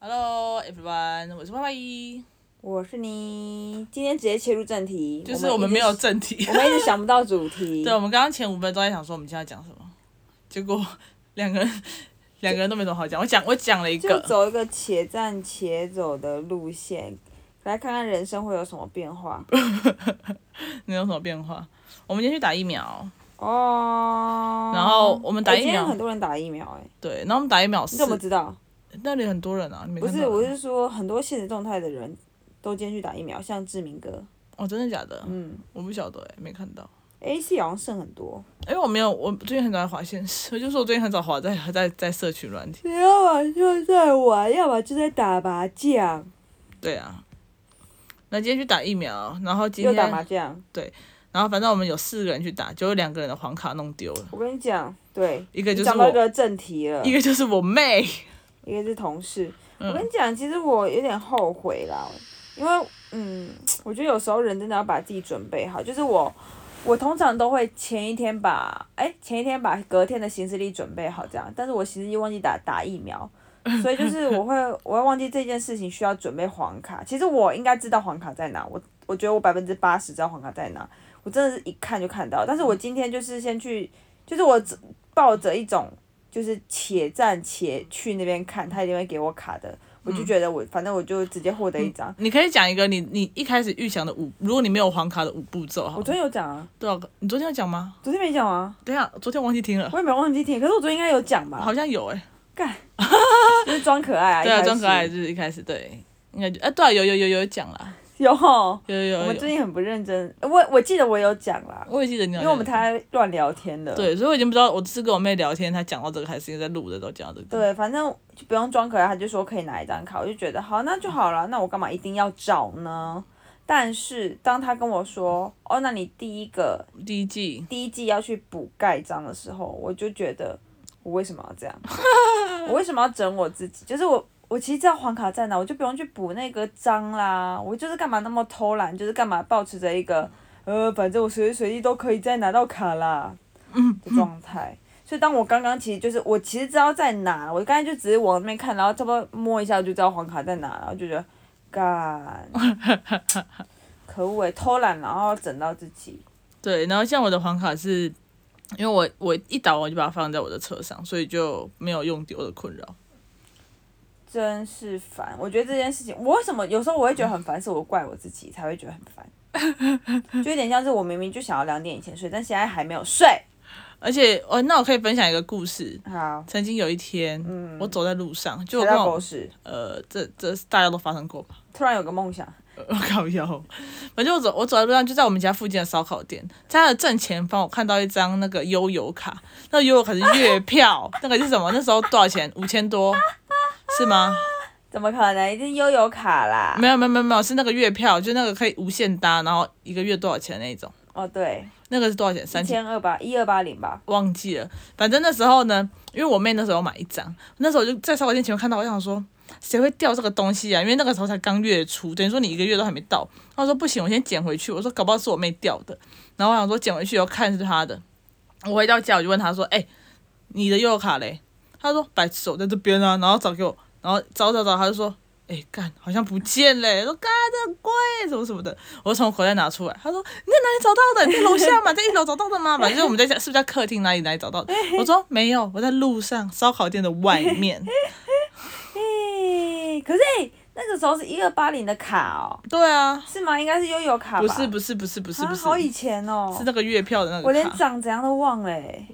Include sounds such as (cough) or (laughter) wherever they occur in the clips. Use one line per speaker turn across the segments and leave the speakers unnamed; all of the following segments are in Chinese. Hello everyone，我是歪歪一，
我是你，今天直接切入正题，
就是我们
一直
没有，正题 (laughs)
我。们一直想不到主题
对，，我们刚刚前五分钟在想说我们今天要讲什么，结果两个人两个人都没什么好讲。我讲我讲了一
就
个，
走一个且战且走的路线，来看看人生会有什么
(laughs)
变化。
你有什么变化？我们今天去打疫苗，
哦，
然后我们打
哎
疫
今天
苗
很多人打疫苗、哎，
对，然后我们打疫苗
你
是
怎么知道？
那里很多人啊，你没
不
看
是，
到吗？
我是说很多现实动态的人都今天去打疫苗，像志明哥，
哦，真的假的？
嗯
我不晓得哎、没看到。
，A C 好像剩很多，
因为我没有，我最近很早在滑线，我就说我最近很早滑在在在社群软体。
要么就在玩，要么就在打麻将，
对啊，那今天去打疫苗，然后今
又
天
打麻将。
然后反正我们有四个人去打，结果两个人的黄卡弄丢了，
我跟你讲，对，
一个
你
就是
讲到一
我，
个正题了，
一个就是我妹。
一个是同事。我跟
嗯
你讲，其实我有点后悔啦，因为嗯，我觉得有时候人真的要把自己准备好。就是我，我通常都会前一天把，哎、前一天把隔天的行事历准备好这样，但是我行事历忘记打打疫苗。所以就是我会， (laughs) 我会忘记这件事情需要准备黄卡。其实我应该知道黄卡在哪，我我觉得我百分之八十知道黄卡在哪，我真的是一看就看到。但是我今天就是先去，就是我只抱着一种就是且战且去那边看，他一定会给我卡的。我就觉得我、反正我就直接获得一张。
你可以讲一个你你一开始预想的五，如果你没有黄卡的五步骤，好
我
了，
昨天有讲啊，
多少个？你昨天有讲吗？
昨天没讲啊，
等一下，昨天我忘记听了，
我也没忘记听，可是我昨天应该有讲吧？
好像有哎、
就是装可爱啊，
对
一
啊，
开
装
始
可爱就是一开始对，应该就哎、对啊，有有有有讲啦，
有吼。
有有
我
有
们最
有，
近很不认真，我我记得我有讲啦，
我也记得你有，
因为我们太乱聊天了。
对，所以我已经不知道我是跟我妹聊天，她讲到这个还是因为在录的时候讲到这个，
对，反正就不用装可爱，他就说可以拿一张卡，我就觉得好，那就好了，那我干嘛一定要找呢？但是当他跟我说，哦，那你第一个
第一季
第一季要去补盖章的时候，我就觉得我为什么要这样？我为什么要整我自己？就是我，我其实知道黄卡在哪，我就不用去补那个章啦。我就是干嘛那么偷懒，就是干嘛保持着一个呃，反正我随时随地都可以再拿到卡啦的状态。所以当我刚刚其实就是我其实知道在哪，我刚才就只是往那边看，然后差不多摸一下我就知道黄卡在哪，然后就觉得干，可恶欸偷懒然后整到自己。
对，然后像我的黄卡是，因为我我一打完我就把它放在我的车上，所以就没有用丢的困扰。
真是烦。我觉得这件事情，我为什么有时候我会觉得很烦，是我怪我自己才会觉得很烦，就有点像是我明明就想要两点以前睡，但现在还没有睡。
而且，哦，那我可以分享一个故事。
好，
曾经有一天，我走在路上，就我
踩
跟
嗯到狗
我
屎，
呃，这这大家都发生过吧？ (laughs)
突然有个梦想，
我靠腰，反正我走我走在路上，就在我们家附近的烧烤店，在它的正前方，我看到一张那个悠游卡，那悠游卡是月票， (laughs) 那个是什么？那时候多少钱？五千多，是吗？
怎么可能？一定悠游卡啦
没。有没有没有没有，是那个月票，就那个可以无限搭，然后一个月多少钱那一种？
哦，对，
那个是多少钱？三
一
千，
千二八一二八零吧。
忘记了。反正那时候呢，因为我妹那时候买一张，那时候我就在烧烤店前面看到，我就想说，谁会掉这个东西啊？因为那个时候才刚月初，等于说你一个月都还没到。她说不行，我先捡回去。我说搞不好是我妹掉的，然后我想说捡回去以后看是她的。我回到家我就问她说，哎、你的悠游卡嘞？她说摆手在这边啊，然后找给我，然后找找找，她就说。哎、干，好像不见嘞、说干，这很贵，什么什么的。我就从口袋拿出来，她说：“你在哪里找到的？你在楼下吗？在一楼找到的
(laughs)
吗？反正我们在家，是不是在客厅哪里哪里找到的？”我说：“没有，我在路上烧烤店的外
(laughs)
面。”
嘿，可是、欸、那个时候是一二八零的卡哦，
对啊，
是吗？应该是悠游卡吧？
不是不是不是不是
啊
不是，
好以前哦，
是那个月票的那
我
个
连
卡。
长怎样都忘了、欸。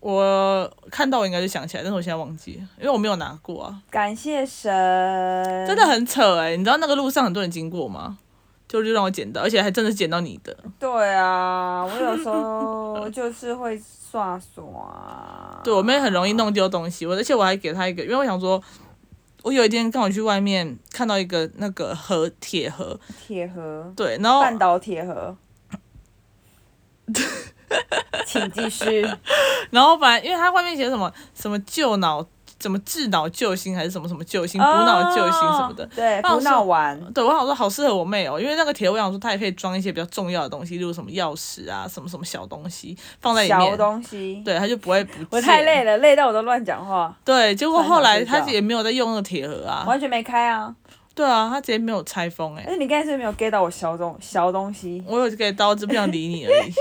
我看到我应该就想起来，但是我现在忘记了，因为我没有拿过啊，
感谢神，嗯
真的很扯哎、你知道那个路上很多人经过吗？就就让我捡到，而且还真的捡到你的。
对
(laughs)
啊，我有时候就是会刷啊刷。
对我妹很容易弄丢东西，我而且我还给她一个，因为我想说，我有一天刚好去外面看到一个那个盒铁盒，
铁盒，
对，然后
半岛铁
(laughs)
盒。请继续。 (laughs)
然后反正因为它外面写什么什么旧脑怎么治脑救星还是什么什么救星，补
补
脑救星什么的。
哦对，
那我
补
是
脑丸，
对我想说好适合我妹哦，因为那个铁我想说她也可以装一些比较重要的东西，例如什么钥匙啊，什么什么小东西放在里
小
面，
东西。
对，她就不会不见。
我太累了，累到我都乱讲话，
对，结果后来
突然想睡
她
觉
也没有在用那个铁盒啊，
完全没开啊！
对啊，她直接没有拆封哎、
但是你刚才是不是没有 get 到我小东小东西，
我有这个刀，只不想理你而已。 (laughs)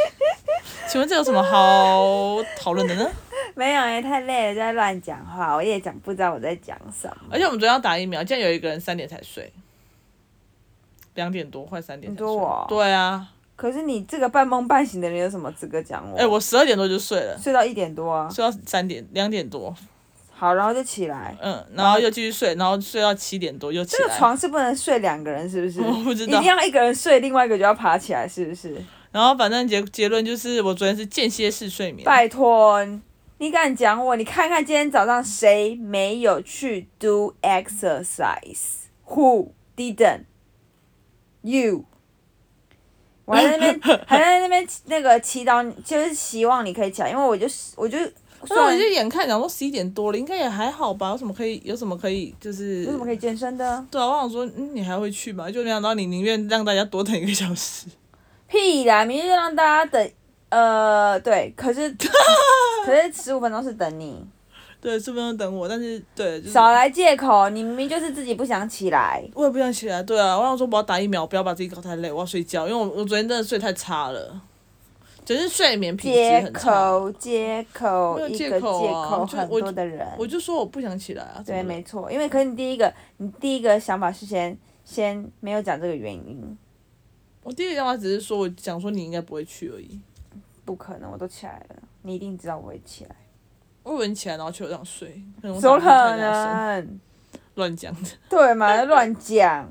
请问这有什么好讨论的呢？
没有哎、太累了，在乱讲话，我也讲不知道我在讲什么。
而且我们昨天要打疫苗，竟然有一个人三点才睡，两点多快三点才
你
睡。
说我
对啊，
可是你这个半梦半醒的人有什么资格讲我？
哎、我十二点多就睡了，
睡到一点多啊，
睡到三点两点多，
好，然后就起来。
嗯，然后又继续睡，然后睡到七点多又起
这
来。
个床是不能睡两个人，是不
(laughs)
是？
我不知
一
道
定要一个人睡，另外一个就要爬起来，是不是？
然后反正结结论就是，我昨天是间歇式睡眠。
拜托，你敢讲我？你看看今天早上谁没有去 do exercise? Who didn't? You. 我还在
(laughs)
那边，还在那边那个祈祷你，就是希望你可以起来，因为我就是，我就虽
那我
然
就眼看，然后十一点多了，应该也还好吧？有什么可以，有什么可以，就是
有什么可以健身的？
对啊，我想说，嗯，你还会去吗？就没想到你宁愿让大家多等一个小时。
屁啦，明天就让大家等，呃，对，
(laughs)
可是可是十五分钟是等你，
对，是不是等我？但是对，就是
少来借口，你明明就是自己不想起来。
我也不想起来。对啊，我想说我要打疫苗，不要把自己搞太累，我要睡觉，因为我我昨天真的睡太差了，就是睡眠品质
借
很差。
口，借口，
没有
一
借
个借
口啊
口，
就
很
我
多的人。
我就说我不想起来啊。
对，
怎么了
没错，因为可是你第一个，你第一个想法是先先没有讲这个原因，
我第一个想法只是说，我讲说你应该不会去而已。
不可能，我都起来了，你一定知道我会起来，
我以为你起来然后去我这样睡，可能我
怎么
早上
可
太大声
能？
乱讲的。 (laughs)
对嘛，乱讲，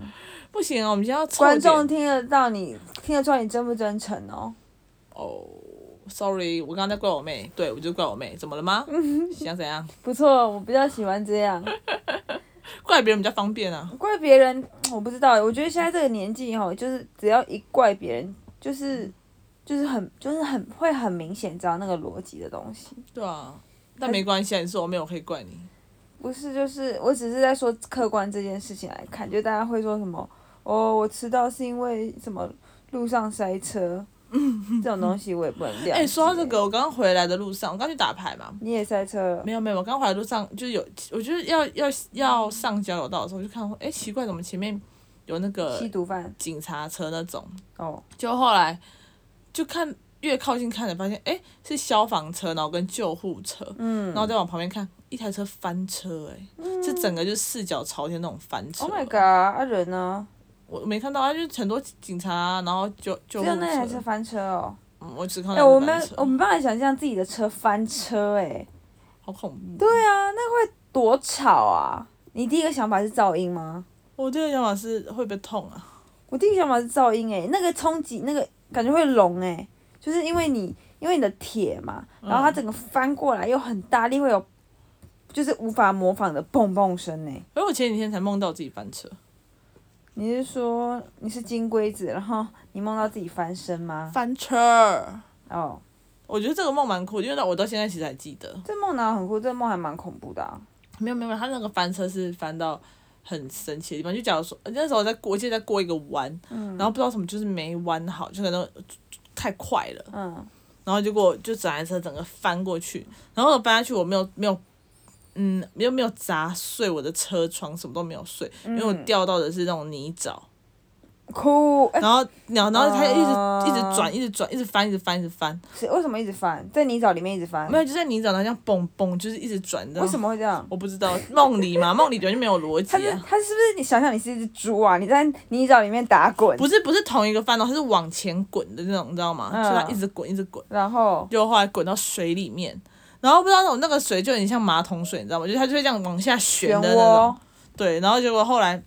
不行啊，我们今天要凑
观众
点
听得到你，听得出来你真不真诚哦。
哦。Sorry，我刚刚在怪我妹，对我就怪我妹，怎么了吗？
嗯
想怎样？
不错，我比较喜欢这样。
怪别人比较方便啊。
怪别人，我不知道。我觉得现在这个年纪哈，就是只要一怪别人，就是就是很就是很会很明显知道那个逻辑的东西。
对啊，但没关系啊，你是我妹，我可以怪你。
不是，就是我只是在说客观这件事情来看，就大家会说什么哦，我迟到是因为什么路上
(laughs)
塞车，这种东西我也不能了解。
哎、说到这，个，我刚刚回来的路上，我刚去打牌嘛。
你也塞车了，
没有没有，我刚回来路上就是有，我就是要要要上交流道的时候，我就看说，哎、奇怪，怎么前面有那个
吸毒犯
警察车那种？
哦，
就后来就看越靠近看着，发现哎、诶是消防车，然后跟救护车，嗯，然后再往旁边看，一台车翻车、诶哎、是整个就是四脚朝天那种翻车。
嗯 Oh my god！啊人呢？
我没看到啊，就是很多警察啊、然后救救
只
护
有那台车
车，
翻车哦。
嗯，我只看
哎、
到
我
那台
们
车
我没办法想象自己的车翻车哎、
好恐怖。
对啊，那会多吵啊！你第一个想法是噪音吗？
我第一个想法是会不会痛啊？
我第一个想法是噪音诶、那个冲击那个感觉会聋诶、就是因为你因为你的铁嘛，然
嗯
后它整个翻过来又很大力，会有就是无法模仿的砰砰声诶、
而我前几天才梦到自己翻车，
你是说你是金龟子，然后你梦到自己翻身吗？
翻车。
哦，
我觉得这个梦蛮酷的，因为我到现在其实还记得。
这梦哪有很酷，这梦还蛮恐怖的、啊。
没有没有，没有他那个翻车是翻到很神奇的地方。就假如说呃那时候我在过，我记得在过一个弯，
嗯
然后不知道什么就是没弯好，就可能太快了，
嗯，
然后结果就整台车整个翻过去，然后我翻下去我没有没有。嗯，没有没有砸碎我的车窗，什么都没有碎，
嗯
因为我掉到的是那种泥沼，
酷诶、
然后然后然后它一直、
啊
一直转，一直转，一直翻，一直翻，一直翻，
是为什么一直翻？在泥沼里面一直翻
没？有就在泥沼上这样蹦蹦，就是一直转的。
为什么会这样？
我不知道梦里嘛，梦里本来就没有逻
他
辑
是
啊。
他是不是你想想你是一只猪啊？你在泥沼里面打滚，
不是不是同一个翻到，它是往前滚的那种，你知道吗？
嗯
就它一直滚一直滚，
然后
就后来滚到水里面，然后不知道那种那个水就很像马桶水，你知道吗？就是它就会这样往下旋
漩
的那
涡
种。，对，然后结果后来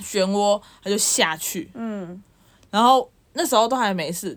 漩涡它就下去，
嗯，
然后那时候都还没事，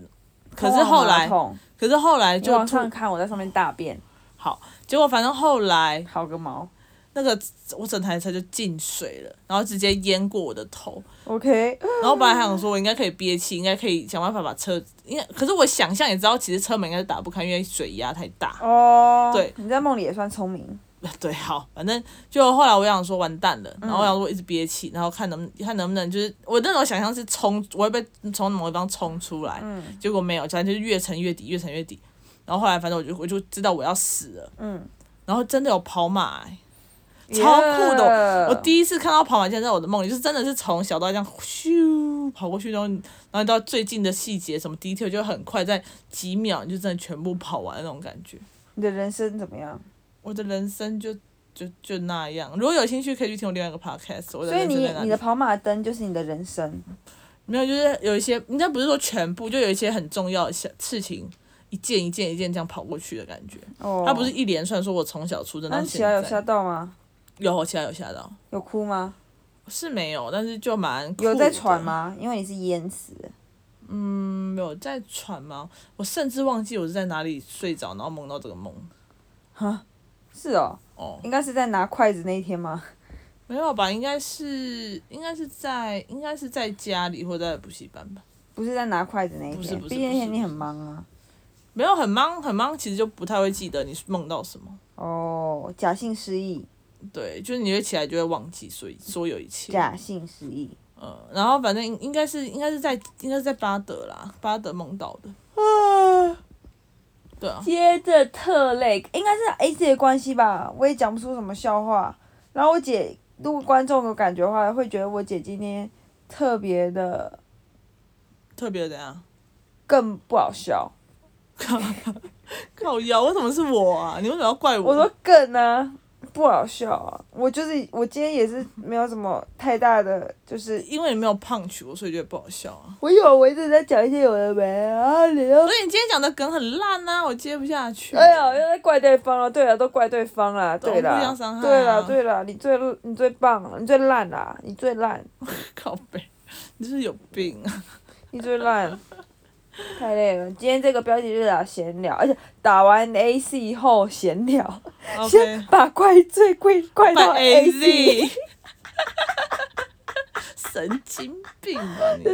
可是
通往
后
马
来
桶
可是后来
你
就
往
突
上看，我在上面大便，
好，结果反正后来
好个毛。
那个我整台车就进水了，然后直接淹过我的头，
OK，
然后本来还想说，我应该可以憋气，应该可以想办法把车，应该可是我想象也知道，其实车门应该是打不开，因为水压太大。 (laughs)
哦，
对
你在梦里也算聪明，
对，好，反正就后来我想说完蛋了，然后我想说我一直憋气，然后看能看能不能就是我那种想象是冲，我会被从某个地方冲出来，
嗯
结果没有，反正就是越沉越底，越沉越底。然后后来反正我就我就知道我要死了，
嗯，
然后真的有跑马、欸，超酷的我
一
第一次看到跑马竟然在我的梦里，就是真的是从小到大这样咻跑过去，然后你然后你到最近的细节什么 detail 就很快，在几秒你就真的全部跑完的那种感觉。
你的人生怎么样？
我的人生就就就那样。如果有兴趣，可以去听我另外一个 podcast。我的
所以
人生
你
在哪
你
里
的跑马灯就是你的人生，
没有，就是有一些应该不是说全部，就有一些很重要的小事情，一件一件一件这样跑过去的感觉。
哦，
它不是一连串，说我从小出生
那
到
你
现
起来有吓
在。
到吗？
有，我起来有吓到，
有哭吗？
是没有，但是就蛮酷
有在
的
喘？吗？因为你是淹死的，
嗯，有在喘吗？我甚至忘记我是在哪里睡着，然后梦到这个梦。
是哦，
哦，
应该是在拿筷子那一天吗？
没有吧？应该是应该是在应该是在家里或者在补习班吧。
不是在拿筷子那一
不是
天，
不是
毕竟那
不是
天你很忙啊。
没有很忙很忙，其实就不太会记得你梦到什么。
哦，假性失忆，
对，就是你会起来就会忘记所以所有一切。
假性失忆。
嗯，然后反正应应该是应该是在应该是在巴德啦，巴德梦到的。对啊，
哦接着特累，应该是 A 姐的关系吧，我也讲不出什么笑话。然后我姐，如果观众有感觉的话，会觉得我姐今天特别的
特别怎样？
更不好笑。
靠腰，为什么是我啊？你为什么要怪我？
我说更呢、不好笑啊！我就是我今天也是没有什么太大的，就是
因为你没有胖取我，所以觉得不好笑啊。
我有我一直在讲一些有的没的啊，你又
所以你今天讲的梗很烂啊，我接不下去。
哎呀，又在怪对方了。对了，都怪对方了。
对
对
互相
了
伤害啊，
对了，对了，你最你最棒了，你最烂啦，你最烂，
(laughs) 靠背，你是不是有病啊！
你最 (laughs) 烂，太累了。今天这个标题就是打闲聊，而且打完 A C 后闲聊， (laughs)
啊
先
OK，
把怪罪怪怪到
拜
A
A
C。
Z，神经病吧你！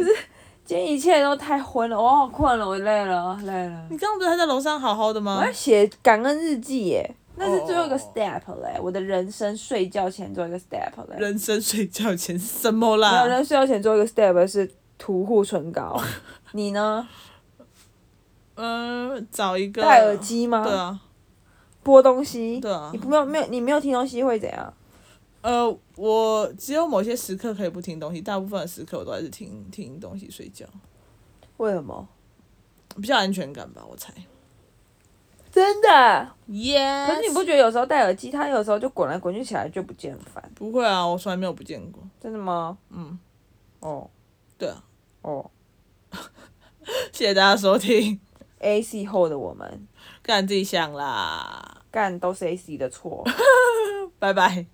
今天一切都太昏了，我好困了，我累了，累了。
你刚刚不是还在楼上好好的
我
吗
要？写感恩日记耶，那是最后一个
哦
step 嘞、我的人生睡觉前做一个 step 嘞、
人生睡觉前是什么
没有
啦？
人睡觉前做一个 step 是涂护唇
(laughs)
膏，你呢？
嗯、找一个
戴耳。机吗？
对啊，
播东西。
对啊
你。没有没有你没有听东西会怎样？
呃，我只有某些时刻可以不听东西，大部分的时刻我都还是听听东西睡觉，
为什么？
比较安全感吧，我猜。
真
啊
的？
耶
可是你不觉得有时候戴耳机，它有时候就滚来滚去起来就不见很烦？
不会啊，我从来没有不见过。
真的吗？
嗯，
哦
对啊。
哦
谢谢大家收听，
，A C 后的我们
干自己想啦，
干都是 A C 的错， (laughs)
拜拜。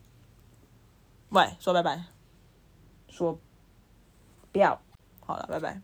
喂，说拜拜，
说不要。
好了，拜拜。